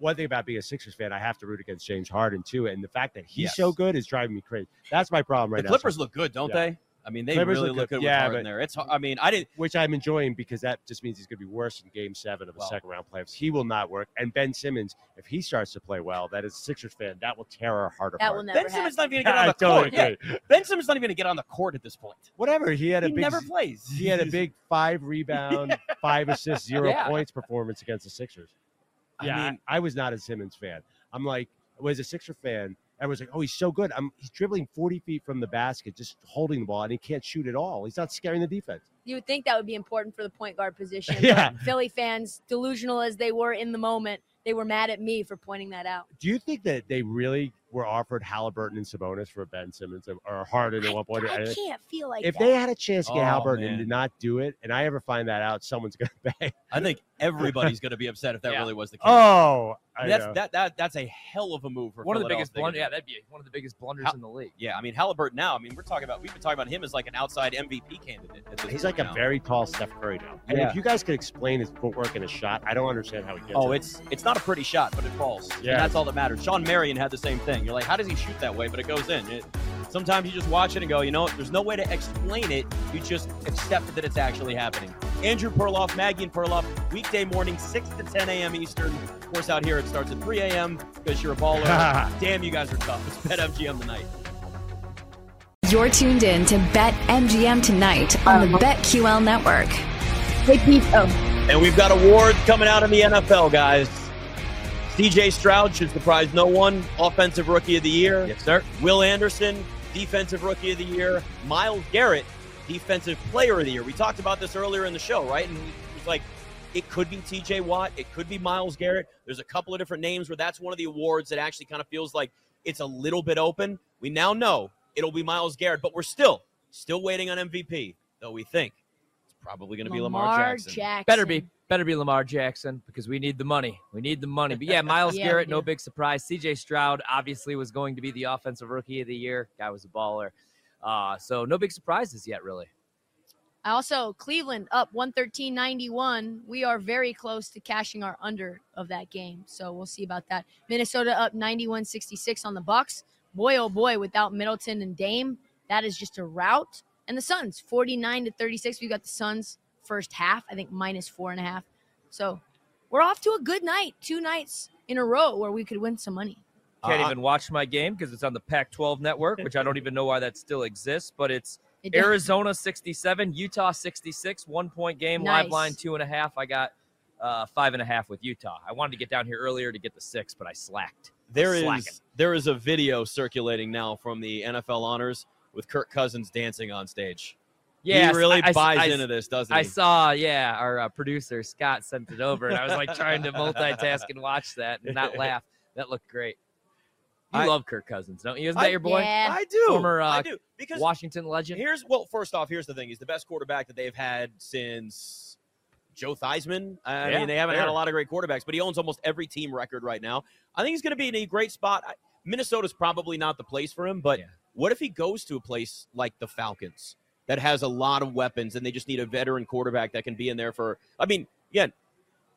one thing about being a Sixers fan, I have to root against James Harden too, and the fact that he's Yes. so good is driving me crazy. That's my problem right the now. Clippers look good, don't Yeah. they? I mean, they Clippers really look look good. good Yeah, with Harden but- there. It's. I mean, I didn't. which I'm enjoying because that just means he's going to be worse in Game Seven of the Well. second round playoffs. He will not work. And Ben Simmons, if he starts to play well, that is a Sixers fan. That will tear our heart That apart. will never Ben happen. Simmons not even gonna get on I the totally court. Yeah. agree. Ben Simmons not even gonna get on the court at this point. Whatever. He had a He big. never plays. he had a big five rebound, five assists, zero Yeah. points performance against the Sixers. I Yeah, I, mean- I was not a Simmons fan. I'm like, was a Sixer fan. I was like, oh, he's so good. I'm he's dribbling 40 feet from the basket, just holding the ball, and he can't shoot at all. He's not scaring the defense. You would think that would be important for the point guard position. but Yeah. Philly fans, delusional as they were in the moment, they were mad at me for pointing that out. Do you think that they really were offered Halliburton and Sabonis for Ben Simmons or- or Harden I, at one point? I I- can't feel like if that. they had a chance to get Oh, Halliburton and man. did not do it, and I ever find that out, someone's going to pay. I think everybody's gonna be upset if that Yeah. really was the case. Oh, I that's know. that that that's a hell of a move for One of the biggest blunders. Philadelphia. Yeah, that'd be one of the biggest blunders How- in the league. Yeah, I mean Halliburton. Now, I mean we're talking about we've been talking about him as like an outside MVP candidate. at this He's point like a now. very tall Steph Curry now. And Yeah. if you guys could explain his footwork and his shot, I don't understand how he gets Oh, it. it's it's not a pretty shot, but it falls. Yeah. and that's all that matters. Sean Marion had the same thing. You're like, how does he shoot that way? But it goes in. It, sometimes you just watch it and go, you know, what? there's no way to explain it. You just accept that it's actually happening. Andrew Perloff, Maggie and Perloff, weekday morning, six to ten a.m. Eastern. Of course, out here it starts at three a.m. because you're a baller. Damn, you guys are tough. It's E BetMGM tonight. You're tuned in to Bet MGM tonight on Um, the BetQL network. And we've got awards coming out in the NFL, guys. CJ Stroud should surprise no one. Offensive Rookie of the Year. Yes, sir. Will Anderson, Defensive Rookie of the Year. Miles Garrett, Defensive Player of the Year. We talked about this earlier in the show, right? And it was like, it could be TJ Watt. It could be Miles Garrett. There's a couple of different names where that's one of the awards that actually kind of feels like it's a little bit open. We now know it'll be Miles Garrett, but we're still, still waiting on MVP, though we think it's probably going to be Lamar, Jackson. Better be. Better be Lamar Jackson because we need the money. We need the money. But yeah, Miles Yeah, we Garrett, no do. big surprise. CJ Stroud obviously was going to be the offensive rookie of the year. Guy was a baller. Uh, so no big surprises yet, really. I also Cleveland up 113-91. We are very close to cashing our under of that game. So we'll see about that. Minnesota up 91-66 on the Bucks. Boy oh boy, without Middleton and Dame, that is just a rout. And the Suns 49 to 36. We got the Suns first half, I think minus four and a half. So we're off to a good night. Two nights in a row where we could win some money. Can't Uh, even watch my game because it's on the Pac-12 network, which I don't even know why that still exists. But it's It does- Arizona 67, Utah 66, one point game, live Nice. line two and a half. I got uh, five and a half with Utah. I wanted to get down here earlier to get the six, but I slacked. There is Slacking. there is a video circulating now from the NFL honors with Kirk Cousins dancing on stage. Yeah, he really I, buys I, into this, doesn't I he? saw, yeah, our uh, producer Scott sent it over, and I was like trying to multitask and watch that and not laugh. That looked great. You I- love Kirk Cousins, don't you? Isn't I- that your boy? Yeah. I do. Former, uh, I do because Washington legend. here's well, first off, here's the thing: he's the best quarterback that they've had since Joe Theismann. I Yeah, mean, they haven't had fair. a lot of great quarterbacks, but he owns almost every team record right now. I think he's going to be in a great spot. I, Minnesota's probably not the place for him, but Yeah. what if he goes to a place like the Falcons that has a lot of weapons and they just need a veteran quarterback that can be in there for? I mean, again,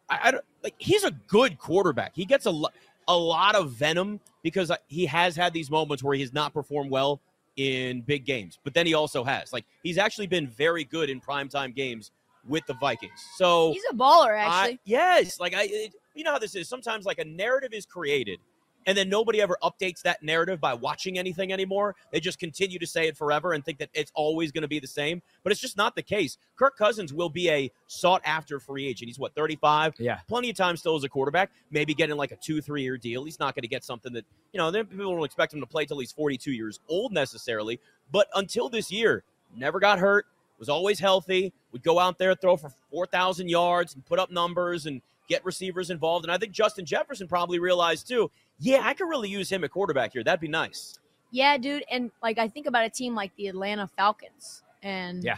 I, I don't like he's a good quarterback. He gets a lot. A lot of venom because uh, he has had these moments where he has not performed well in big games, but then he also has like he's actually been very good in primetime games with the Vikings. So He's a baller, I- actually. yes, like I, it, you know how this is. Sometimes like a narrative is created, and then nobody ever updates that narrative by watching anything anymore. They just continue to say it forever and think that it's always going to be the same. But it's just not the case. Kirk Cousins will be a sought after free agent. He's what thirty five. Yeah. plenty of time still as a quarterback. Maybe getting like a two three year deal. He's not going to get something that you know. Then people don't expect him to play till he's forty two years old necessarily. But until this year, never got hurt was always healthy, would go out there, throw for 4,000 yards and put up numbers and get receivers involved. And I think Justin Jefferson probably realized too, yeah, I could really use him at quarterback here. That'd be nice. Yeah, dude, and like I think about a team like the Atlanta Falcons, and Yeah.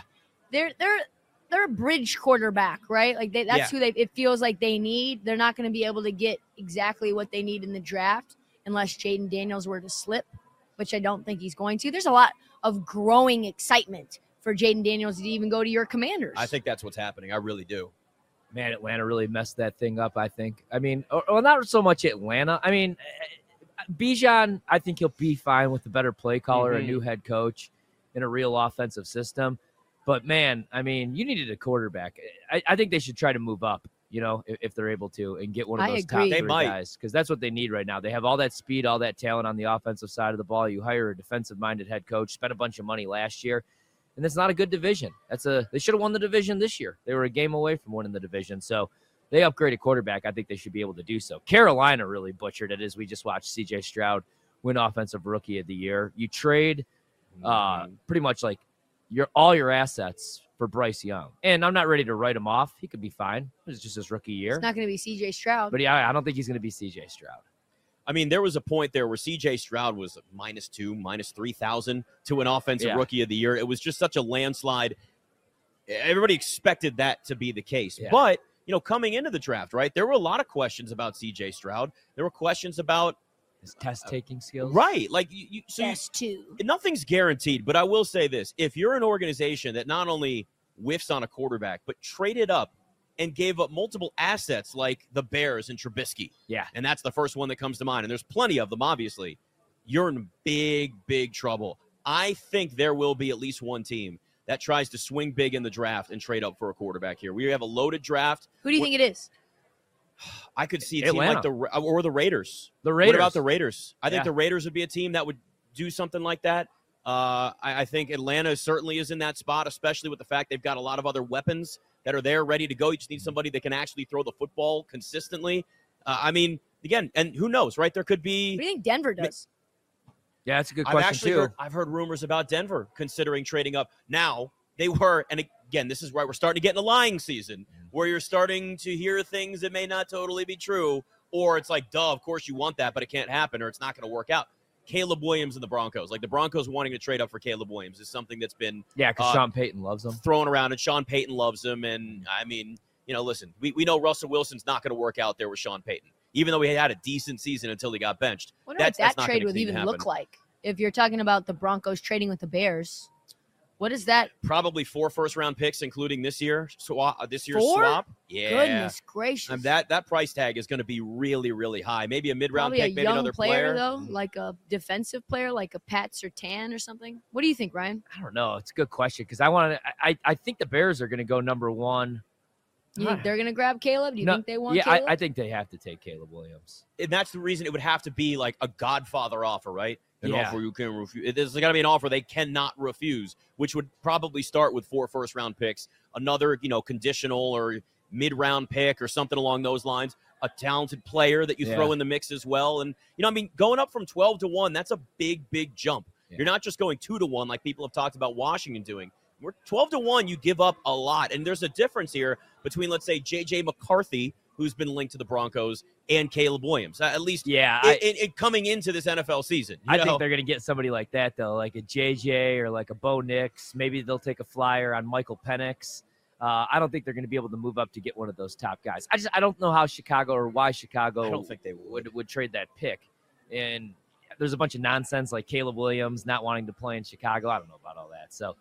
they're they're they're a bridge quarterback, right? Like they, that's who they it feels like they need. They're not going to be able to get exactly what they need in the draft unless Jaden Daniels were to slip, which I don't think he's going to. There's a lot of growing excitement for Jaden Daniels to even go to your Commanders. I think that's what's happening. I really do. man, Atlanta really messed that thing up. I think. I mean, or, well, not so much Atlanta. I mean, eh, Bijan. I think he'll be fine with a better play caller, a new head coach, and a real offensive system. But man, I mean, you needed a quarterback. I, I think they should try to move up. You know, if, if they're able to, and get one of I those top agree. They three might. guys, because that's what they need right now. They have all that speed, all that talent on the offensive side of the ball. You hire a defensive-minded head coach, spent a bunch of money last year and it's not a good division. That's a they should have won the division this year. They were a game away from winning the division. So they upgraded quarterback. I think they should be able to do so. Carolina really butchered it as we just watched CJ Stroud win offensive rookie of the year. You trade uh Mm-hmm. pretty much like your all your assets for Bryce Young. And I'm not ready to write him off. He could be fine. It's just his rookie year. It's not going to be C.J. Stroud. but yeah, I don't think he's gonna be CJ Stroud. I mean, there was a point there where CJ Stroud was minus two, minus 3,000 to an offensive Yeah. rookie of the year. It was just such a landslide. Everybody expected that to be the case. Yeah. But, you know, coming into the draft, right, there were a lot of questions about CJ Stroud. There were questions about, His test taking skills. right, like, you, you, so you- Yes, too. nothing's guaranteed, but I will say this if you're an organization that not only whiffs on a quarterback, but traded up and gave up multiple assets like the Bears and Trubisky. Yeah. And that's the first one that comes to mind. And there's plenty of them, obviously. You're in big, big trouble. I think there will be at least one team that tries to swing big in the draft and trade up for a quarterback here. We have a loaded draft. Who do you What- think it is? I could see a Atlanta. team like the Ra- or the Raiders. The Raiders. What about the Raiders? I think Yeah. the Raiders would be a team that would do something like that. Uh, I, I think Atlanta certainly is in that spot, especially with the fact they've got a lot of other weapons that are there ready to go. You just need somebody that can actually throw the football consistently. Uh, I mean, again, and who knows, right? There could What do be. you think Denver does? Yeah, that's a good I've question actually too. heard, I've heard rumors about Denver considering trading up. Now they were, and again, this is why we're starting to get in the lying season, where you're starting to hear things that may not totally be true, or it's like, duh, of course you want that, but it can't happen, or it's not going to work out. Caleb Williams and the Broncos, like the Broncos wanting to trade up for Caleb Williams, is something that's been yeah, because uh, Sean Payton loves him. thrown around, and Sean Payton loves him. And I mean, you know, listen, we, we know Russell Wilson's not going to work out there with Sean Payton, even though he had a decent season until he got benched. I wonder That's- that's what that not gonna trade would even even look happen. like. If you're talking about the Broncos trading with the Bears, what is that? probably four first round picks, including this year. Swap this year's Four? swap. Yeah. Goodness gracious! And that that price tag is going to be really really high. Maybe a mid round Probably pick, a maybe young another player. player, Mm. though, like a defensive player, like a Pat Sertan or something. What do you think, Ryan? I don't know. It's a good question because I want to. I, I think the Bears are going to go number one. You think they're gonna grab Caleb? Do you No, think they want yeah, Caleb? I, I think they have to take Caleb Williams. And that's the reason it would have to be like a Godfather offer, right? An Yeah. offer you can refuse. There's got to be an offer they cannot refuse, which would probably start with four first round picks, another you know conditional or mid round pick or something along those lines. A talented player that you throw Yeah. in the mix as well, and you know, I mean, going up from twelve to one, that's a big, big jump. You're not just going two to one like people have talked about Washington doing. We're 12 to one, you give up a lot. And there's a difference here between, let's say, JJ McCarthy, who's been linked to the Broncos, and Caleb Williams, uh, at least Yeah, in, I, in, in coming into this NFL season. you I know? think they're going to get somebody like that though, like a JJ or like a Bo Nix. Maybe they'll take a flyer on Michael Penix. Uh, I don't think they're going to be able to move up to get one of those top guys. I just I don't know how Chicago or why Chicago I don't think they would. would would trade that pick. And there's a bunch of nonsense like Caleb Williams not wanting to play in Chicago. I don't know about all that. So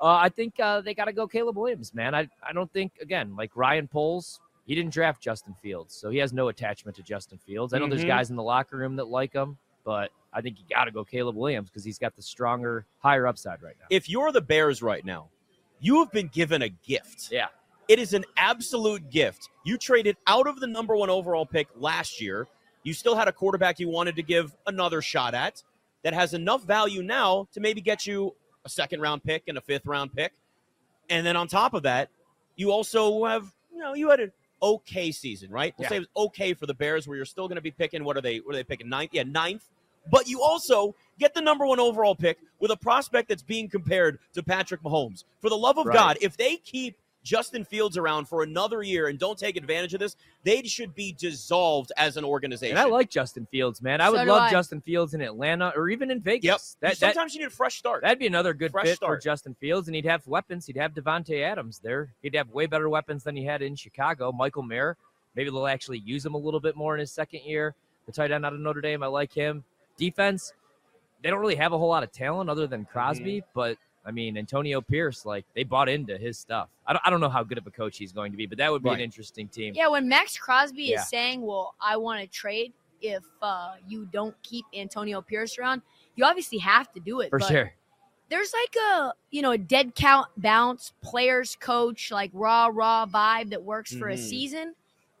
uh, I think uh, they got to go Caleb Williams, man. I I don't think again like Ryan Poles. He didn't draft Justin Fields, so he has no attachment to Justin Fields. I know there's Mhm. guys in the locker room that like him, but I think you got to go Caleb Williams because he's got the stronger, higher upside right now. If you're the Bears right now, you have been given a gift. Yeah. It is an absolute gift. You traded out of the number one overall pick last year. You still had a quarterback you wanted to give another shot at that has enough value now to maybe get you a second round pick and a fifth round pick. And then on top of that, you also have, you know, you had an okay season, right? We'll Yeah. say it was okay for the Bears where you're still going to be picking, what are they, what are they picking? Ninth? Yeah, ninth. But you also get the number one overall pick with a prospect that's being compared to Patrick Mahomes. For the love of Right. God, if they keep Justin Fields around for another year and don't take advantage of this, they should be dissolved as an organization. And I like Justin Fields, man. I So would do love I. Justin Fields in Atlanta or even in Yep. Vegas. That, that Sometimes you need a fresh start. That'd be another good Fresh fit for start. Justin Fields, and he'd have weapons. He'd have Devonte Adams there. He'd have way better weapons than he had in Chicago. Michael Mayer, maybe they'll actually use him a little bit more in his second year. The tight end out of Notre Dame, I like him. Defense, they don't really have a whole lot of talent other than Crosby, but I mean, Antonio Pierce, like they bought into his stuff. I don't, I don't know how good of a coach he's going to be, but that would be Right. an interesting team. Yeah, when Max Crosby Yeah. is saying, "Well, I want to trade if uh, you don't keep Antonio Pierce around," you obviously have to do it. for but sure. There's like a you know a dead count bounce players coach like raw raw vibe that works for a Mm-hmm. Mhm. season.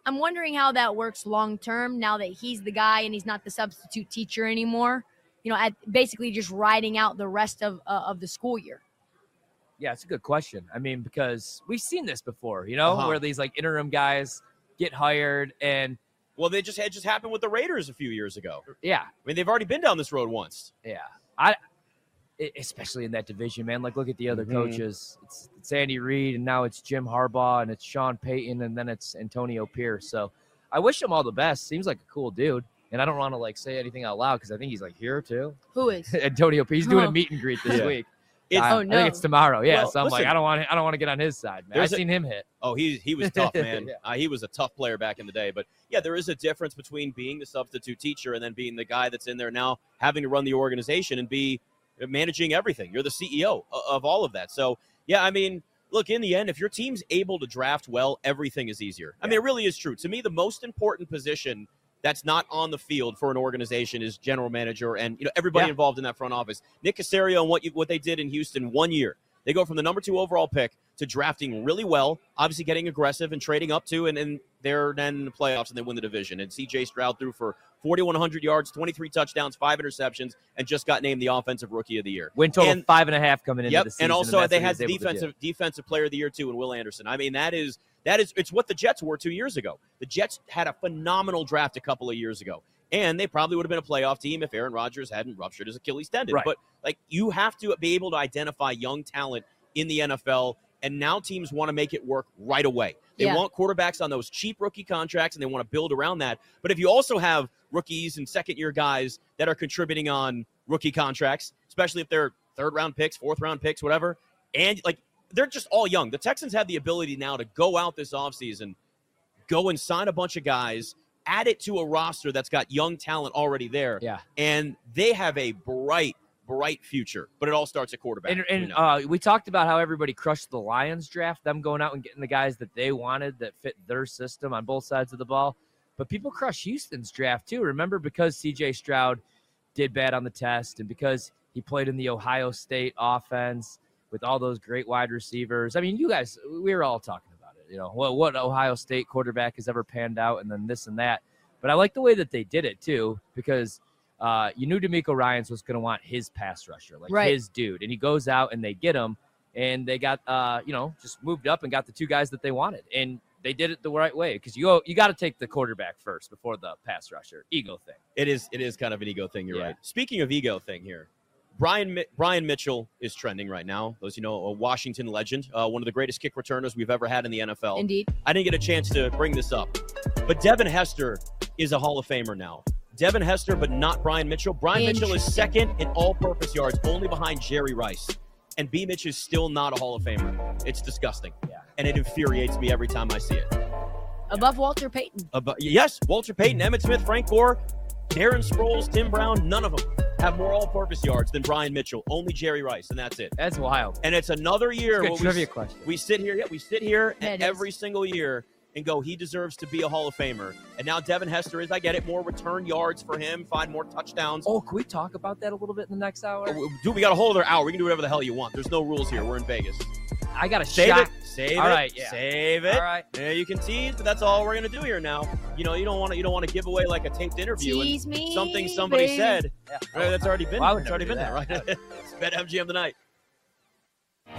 I'm wondering how that works long term now that he's the guy and he's not the substitute teacher anymore. You know, at basically just riding out the rest of uh, of the school year. Yeah, it's a good question. I mean, because we've seen this before, you know, Uh-huh. where these like interim guys get hired, and Well, they just had just happened with the Raiders a few years ago. I yeah, mean, they've already been down this road once. yeah, I e- especially in that division, man. Like, look at the other Mhm. coaches. It's, it's Andy Reid, and now it's Jim Harbaugh, and it's Sean Payton, and then it's Antonio Pierce. So, I wish him all the best. Seems like a cool dude, and I don't want to like say anything out loud because I think he's like here too. Who is? Antonio Pierce he's doing Oh. a meet and greet this Yeah. week. It's- I, Oh, I no. think it's tomorrow. Yeah, Well, so I'm like, listen. I don't want, I don't want to get on his side, man. I've There's a- seen him hit. Oh, he he was tough, man. Yeah. uh, he was a tough player back in the day. But yeah, there is a difference between being the substitute teacher and then being the guy that's in there now, having to run the organization and be managing everything. You're the CEO o- of all of that. So yeah, I mean, look, in the end, if your team's able to draft well, everything is easier. I mean, it really is true. To me, the most important position that's not on the field for an organization is general manager and you know everybody Yeah. involved in that front office. Nick Casario and what you, what they did in Houston one year. They go from the number two overall pick to drafting really well, obviously getting aggressive and trading up to, and, and they're then in the playoffs and they win the division. And CJ Stroud threw for 4,100 yards, 23 touchdowns, five interceptions, and just got named the offensive rookie of the year. Win total And- five and a half coming into Yep, the season. and also that's they what had he's the able to do. defensive defensive player of the year too, and Will Anderson. I mean, that is that is it's what the Jets were two years ago. The Jets had a phenomenal draft a couple of years ago, and they probably would have been a playoff team if Aaron Rodgers hadn't ruptured his Achilles tendon. Right. But like you have to be able to identify young talent in the NFL, and now teams want to make it work right away. They Yeah. want quarterbacks on those cheap rookie contracts, and they want to build around that. But if you also have rookies and second year guys that are contributing on rookie contracts, especially if they're third round picks, fourth round picks, whatever. And like they're just all young. The Texans have the ability now to go out this offseason, go and sign a bunch of guys, add it to a roster that's got young talent already there. Yeah. And they have a bright, bright future. But it all starts at quarterback. And, We and know. uh, we talked about how everybody crushed the Lions draft, them going out and getting the guys that they wanted that fit their system on both sides of the ball. But people crush Houston's draft too. Remember, because CJ Stroud did bad on the test and because he played in the Ohio State offense with all those great wide receivers. I mean, you guys, we were all talking about it. You know, what, what Ohio State quarterback has ever panned out and then this and that. But I like the way that they did it too, because uh, you knew D'Amico Ryan's was going to want his pass rusher, like Right. his dude, and he goes out and they get him, and they got uh, you know just moved up and got the two guys that they wanted, and they did it the right way because you go, you got to take the quarterback first before the pass rusher ego thing. It is it is kind of an ego thing. You're Yeah. right. Speaking of ego thing here, Brian Mi- Brian Mitchell is trending right now. Those you know, a Washington legend, uh, one of the greatest kick returners we've ever had in the NFL. Indeed. I didn't get a chance to bring this up, but Devin Hester is a Hall of Famer now. Devin Hester, but not Brian Mitchell. Brian Mitchell is second in all-purpose yards, only behind Jerry Rice. And B. Mitch is still not a Hall of Famer. It's disgusting, Yeah. and it infuriates me every time I see it. Above Walter Payton. About, yes, Walter Payton, Emmett Smith, Frank Gore, Darren Sproles, Tim Brown, none of them have more all-purpose yards than Brian Mitchell. Only Jerry Rice, and that's it. That's wild. And it's another year Good where trivia we, question. we sit here, yeah, we sit here Yeah, it and is. every single year and go, he deserves to be a Hall of Famer. And now Devin Hester is, I get it, more return yards for him, find more touchdowns. Oh, can we talk about that a little bit in the next hour? Dude, we got a whole other hour. We can do whatever the hell you want. There's no rules here. We're in Vegas. I got a Save shot. it. Save All it. right, yeah. Save it. All right. Yeah, you can tease, but that's all we're gonna do here now. You know, you don't want to you don't want to give away like a taped interview and Tease me. something somebody baby. said. Right, that's already been. Well, I would it's never already do been there, that. right? it's bet MGM tonight.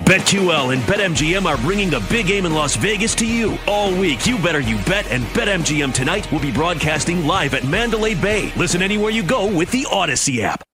BetQL and BetMGM are bringing the big game in Las Vegas to you all week. You better you bet, and BetMGM tonight will be broadcasting live at Mandalay Bay. Listen anywhere you go with the Odyssey app.